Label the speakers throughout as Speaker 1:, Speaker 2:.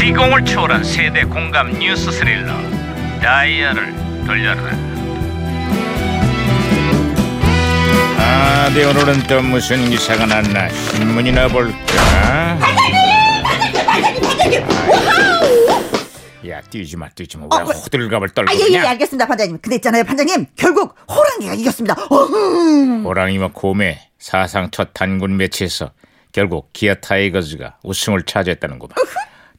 Speaker 1: 감동을 초월한 세대 공감 뉴스 스릴러 다이아를 돌려라
Speaker 2: 아, 네 오늘은 또 무슨 기사가 났나 신문이나
Speaker 3: 아,
Speaker 2: 볼까? 야, 뛰지 마, 뛰지 마. 왜
Speaker 3: 어, 왜-
Speaker 2: 호들갑을 떨고
Speaker 3: 아, 예, 예,
Speaker 2: 그냥?
Speaker 3: 알겠습니다, 판장님. 근데 있잖아요, 판장님. 결국 호랑이가 이겼습니다. 어흥.
Speaker 2: 호랑이와 고메 사상 첫 단군 매치에서 결국 기아 타이거즈가 우승을 차지했다는구만.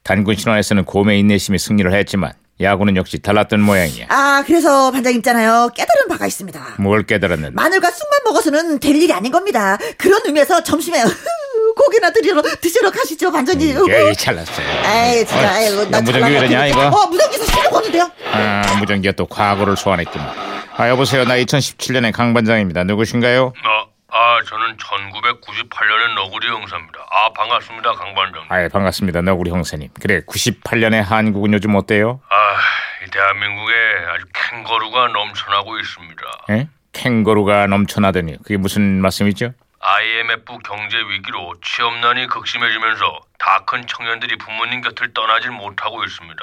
Speaker 2: 단군 신화에서는 고메 인내심이 승리를 했지만 야구는 역시 달랐던 모양이야.
Speaker 3: 아, 그래서 판장님 있잖아요. 깨달은 바가 있습니다.
Speaker 2: 뭘 깨달았는데?
Speaker 3: 마늘과 쑥만 먹어서는 될 일이 아닌 겁니다. 그런 의미에서 점심에 어흥, 고기나 드리러, 드시러 가시죠, 판장님.
Speaker 2: 예, 에이, 잘났어요.
Speaker 3: 에이, 진짜,
Speaker 2: 어,
Speaker 3: 아이고, 나
Speaker 2: 무전기 왜
Speaker 3: 잘난
Speaker 2: 이러냐
Speaker 3: 것
Speaker 2: 이거?
Speaker 3: 같은데. 어, 무전기에서 신호 거는데요?
Speaker 2: 아, 무전기가 또 과거를 소환했구만. 아, 여보세요. 나 2017년의 강 반장입니다. 누구신가요?
Speaker 4: 아, 아 저는 1998년의 너구리 형사입니다. 아 반갑습니다 강반장.
Speaker 2: 아, 예, 반갑습니다. 너구리 형사님. 그래, 98년의 한국은 요즘 어때요?
Speaker 4: 아, 이 대한민국에 아주 캥거루가 넘쳐나고 있습니다.
Speaker 2: 예? 캥거루가 넘쳐나더니 그게 무슨 말씀이죠?
Speaker 4: IMF 경제 위기로 취업난이 극심해지면서 다 큰 청년들이 부모님 곁을 떠나질 못하고 있습니다.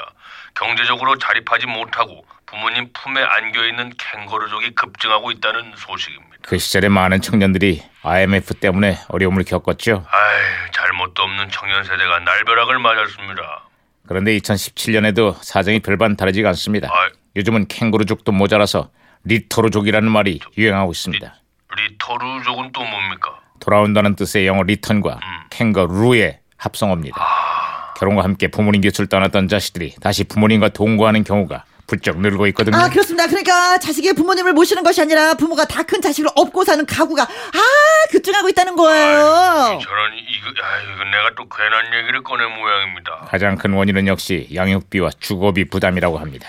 Speaker 4: 경제적으로 자립하지 못하고 부모님 품에 안겨 있는 캥거루족이 급증하고 있다는 소식입니다.
Speaker 2: 그 시절에 많은 청년들이 IMF 때문에 어려움을 겪었죠.
Speaker 4: 아이, 잘못도 없는 청년 세대가 날벼락을 맞았습니다.
Speaker 2: 그런데 2017년에도 사정이 별반 다르지가 않습니다.
Speaker 4: 아이.
Speaker 2: 요즘은 캥거루족도 모자라서 리토르족이라는 말이 유행하고 있습니다.
Speaker 4: 리토르족은 또 뭡니까?
Speaker 2: 돌아온다는 뜻의 영어 리턴과 캥거루의 합성어입니다.
Speaker 4: 아.
Speaker 2: 결혼과 함께 부모님 곁을 떠났던 자식들이 다시 부모님과 동거하는 경우가 부쩍 늘고 있거든요.
Speaker 3: 아, 그렇습니다. 그러니까 자식이 부모님을 모시는 것이 아니라 부모가 다 큰 자식을 업고 사는 가구가, 아, 급증하고 있다는 거예요.
Speaker 4: 저런 이거 아 이거 내가 또 괜한 얘기를 꺼낸 모양입니다.
Speaker 2: 가장 큰 원인은 역시 양육비와 주거비 부담이라고 합니다.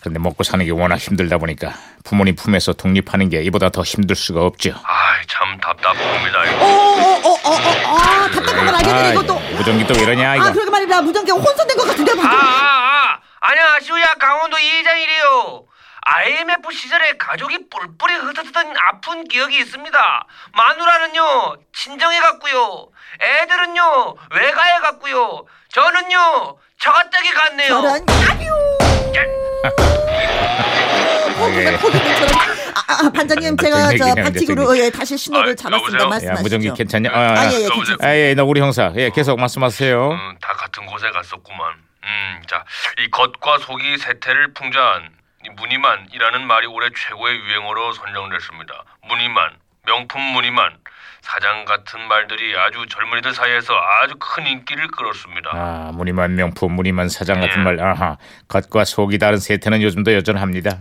Speaker 2: 그런데 먹고 사는 게 워낙 힘들다 보니까 부모님 품에서 독립하는 게 이보다 더 힘들 수가 없죠.
Speaker 4: 아 참 답답합니다.
Speaker 3: 어,
Speaker 4: 이거.
Speaker 3: 어, 어, 어, 어, 아, 답답한 걸 알겠는데, 이것도.
Speaker 2: 아, 예. 무전기 또 이러냐 이거.
Speaker 3: 아, 그러게 말입니다. 무전기가 혼선된 것 같은데,
Speaker 4: 아,
Speaker 3: 방금.
Speaker 4: 아, 아 안녕하시오야 강원도 이장이래요. IMF 시절에 가족이 뿔뿔이 흩어졌던 아픈 기억이 있습니다. 마누라는요 친정에 갔고요, 애들은요 외가에 갔고요, 저는요 저가댁에 갔네요.
Speaker 3: 저런, 아뇨.
Speaker 2: 예.
Speaker 3: 포기가 포기된 저런. 아, 아, 아, 반장님, 제가
Speaker 2: 갑자기
Speaker 3: 저
Speaker 2: 얘기하는데
Speaker 3: 반칙으로 예, 다시 신호를
Speaker 4: 아,
Speaker 3: 잡았습니다.
Speaker 4: 여보세요?
Speaker 2: 야
Speaker 3: 말씀하시죠.
Speaker 2: 무전기 괜찮냐?
Speaker 3: 아,
Speaker 2: 아,
Speaker 3: 예, 예,
Speaker 4: 여보세요?
Speaker 3: 괜찮습니다.
Speaker 2: 아, 예, 나 우리 형사. 예, 계속 말씀하세요.
Speaker 4: 음, 다 같은 곳에 갔었구만. 음, 자, 이 겉과 속이 세태를 풍자한 이 무늬만이라는 말이 올해 최고의 유행어로 선정됐습니다. 무늬만, 명품 무늬만, 사장 같은 말들이 아주 젊은이들 사이에서 아주 큰 인기를 끌었습니다.
Speaker 2: 아, 무늬만 명품, 무늬만 사장 같은
Speaker 4: 예.
Speaker 2: 말. 아하. 겉과 속이 다른 세태는 요즘도 여전합니다.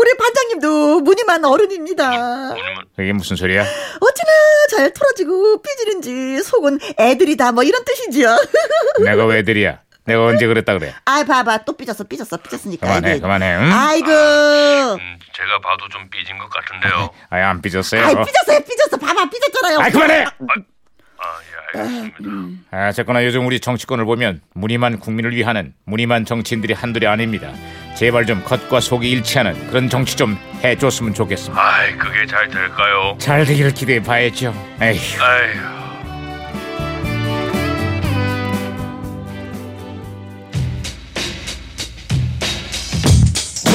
Speaker 3: 우리 반장님도 무늬만 어른입니다.
Speaker 4: 무늬만,
Speaker 2: 그게 무슨 소리야?
Speaker 3: 어찌나 잘 털어지고 삐지는지 속은 애들이다 뭐 이런 뜻이지요.
Speaker 2: 내가 왜 애들이야? 내가 언제 그랬다 그래?
Speaker 3: 아 봐봐 또 삐졌어 삐졌어 삐졌으니까.
Speaker 2: 그만해,
Speaker 3: 아이고.
Speaker 2: 그만해. 응?
Speaker 3: 아이고. 어.
Speaker 4: 음, 제가 봐도 좀 삐진 것 같은데요.
Speaker 2: 아이, 안 삐졌어요?
Speaker 3: 아이 삐졌어요 삐졌어 봐봐 삐졌잖아요.
Speaker 2: 아이, 그만해!
Speaker 4: 아, 예, 알겠습니다.
Speaker 2: 아, 어쨌거나 요즘 우리 정치권을 보면 무늬만 국민을 위하는 무늬만 정치인들이 한둘이 아닙니다. 제발 좀 겉과 속이 일치하는 그런 정치 좀 해줬으면 좋겠습니다.
Speaker 4: 아이, 그게 잘 될까요?
Speaker 2: 잘 되기를 기대해 봐야죠. 에휴.
Speaker 4: 아휴.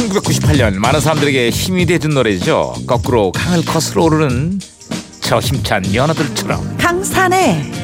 Speaker 2: 구 1998년 많은 사람들에게 힘이 돼준 노래죠. 거꾸로 강을 거슬러 오르는 저 힘찬 연어들처럼
Speaker 3: 강산에